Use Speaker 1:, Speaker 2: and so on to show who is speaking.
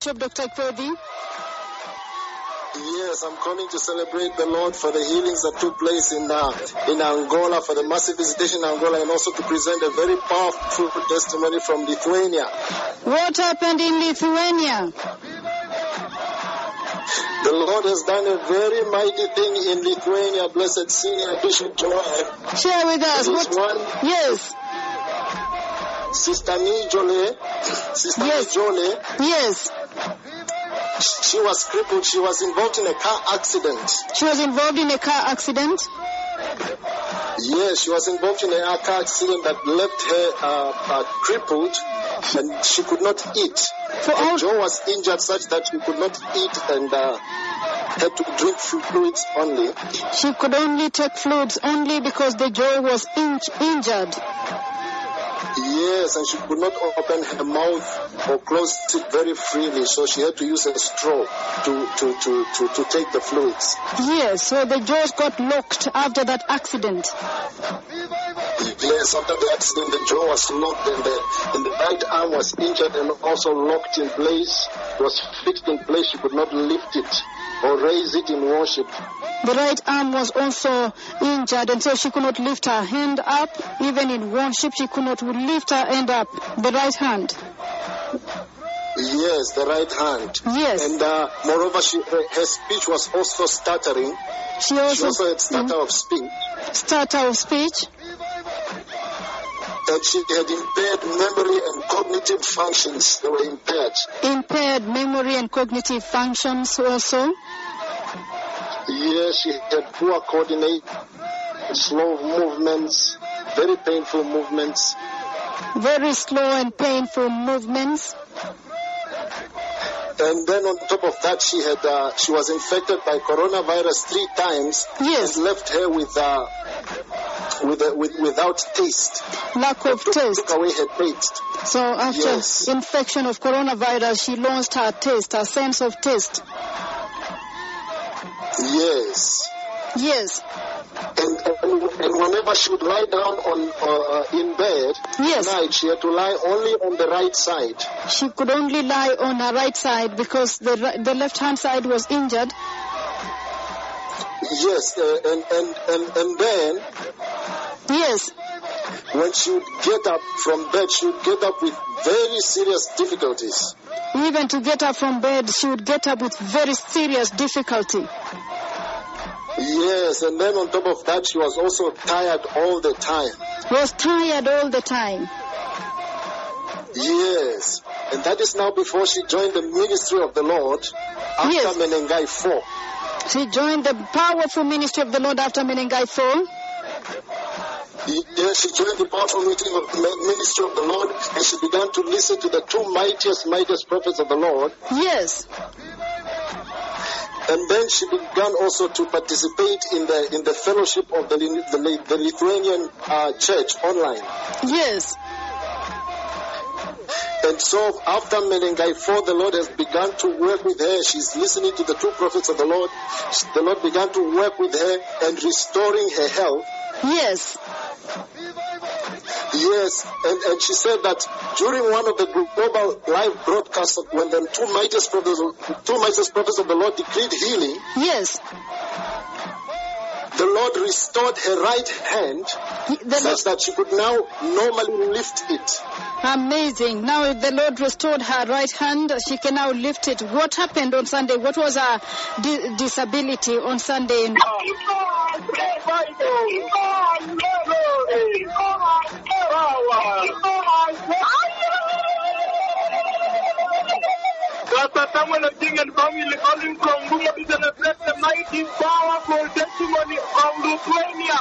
Speaker 1: Bishop Dr. Kwedi.
Speaker 2: Yes, I'm coming to celebrate the Lord for the healings that took place in uh, in Angola, for the massive visitation in Angola, and also to present a very powerful testimony from Lithuania.
Speaker 1: What happened in Lithuania?
Speaker 2: The Lord has done a very mighty thing in Lithuania, blessed senior Bishop Joel.
Speaker 1: Share with us.
Speaker 2: This
Speaker 1: What?
Speaker 2: one,
Speaker 1: Yes,
Speaker 2: Sister Nijole, Sister
Speaker 1: Yes.
Speaker 2: Nijole,
Speaker 1: yes.
Speaker 2: she was crippled. She was involved in a car accident.
Speaker 1: She was involved in a car accident.
Speaker 2: Yes, she was involved in a car accident that left her uh, uh, crippled and she could not eat.
Speaker 1: For
Speaker 2: And
Speaker 1: all-
Speaker 2: Joe was injured such that she could not eat and uh, had to drink fluids only.
Speaker 1: She could only take fluids only because the jaw was in- injured.
Speaker 2: Yes, and she could not open her mouth or close it very freely, so she had to use a straw to, to, to, to, to take the fluids.
Speaker 1: Yes, so the jaws got locked after that accident.
Speaker 2: Yes, after the accident, the jaw was locked and the, and the right arm was injured and also locked in place, was fixed in place. She could not lift it or raise it in worship.
Speaker 1: The right arm was also injured, and so she could not lift her hand up. Even in worship, she could not lift her hand up. The right hand.
Speaker 2: Yes, the right hand.
Speaker 1: Yes.
Speaker 2: And uh, moreover, she, her, her speech was also stuttering.
Speaker 1: She
Speaker 2: She
Speaker 1: also
Speaker 2: also had stutter of speech.
Speaker 1: stutter of speech.
Speaker 2: And she had impaired memory and cognitive functions. They were impaired.
Speaker 1: impaired memory and cognitive functions also.
Speaker 2: Yes, she had poor coordination, slow movements, very painful movements.
Speaker 1: Very slow and painful movements.
Speaker 2: And then on top of that, she had uh, she was infected by coronavirus three times.
Speaker 1: Yes.
Speaker 2: and left her with uh, with, uh, with without taste.
Speaker 1: Lack of
Speaker 2: Took,
Speaker 1: taste.
Speaker 2: took away her taste.
Speaker 1: So after
Speaker 2: Yes.
Speaker 1: infection of coronavirus, she lost her taste, her sense of taste.
Speaker 2: Yes.
Speaker 1: Yes,
Speaker 2: And, and, and whenever she would lie down on uh, uh, in bed
Speaker 1: Yes.
Speaker 2: at night, she had to lie only on the right side.
Speaker 1: she could only lie on her right side because the ri- the left hand side was injured.
Speaker 2: Yes, uh, and, and and and then
Speaker 1: Yes,
Speaker 2: when she would get up from bed, she would get up with very serious difficulties.
Speaker 1: even to get up from bed, she would get up with very serious difficulty.
Speaker 2: Yes, and then on top of that, she was also tired all the time.
Speaker 1: Was tired all the time.
Speaker 2: Yes, and that is now before she joined the ministry of the Lord after
Speaker 1: Yes.
Speaker 2: Menengai 4.
Speaker 1: She joined the powerful ministry of the Lord after Menengai Fall.
Speaker 2: Yes, she joined the powerful meeting of the mi- ministry of the Lord and she began to listen to the two mightiest, mightiest prophets of the Lord.
Speaker 1: Yes,
Speaker 2: And then she began also to participate in the in the fellowship of the, Lin- the, Li- the Lithuanian uh, church online.
Speaker 1: yes,
Speaker 2: And so after Menengai 4, the Lord has begun to work with her. She's listening to the two prophets of the Lord. The Lord began to work with her and restoring her health.
Speaker 1: yes,
Speaker 2: Yes, and, and she said that during one of the global live broadcasts, when the two mightiest prophets, two mightiest prophets of the Lord decreed healing,
Speaker 1: yes.
Speaker 2: the Lord restored her right hand
Speaker 1: He- The Lord,
Speaker 2: such that she could now normally lift it.
Speaker 1: amazing. Now the Lord restored her right hand. She can now lift it. What happened on Sunday? What was her di- disability on Sunday?
Speaker 3: Pastor Samuel Oting and family calling from Buma to celebrate the mighty powerful testimony from Lithuania.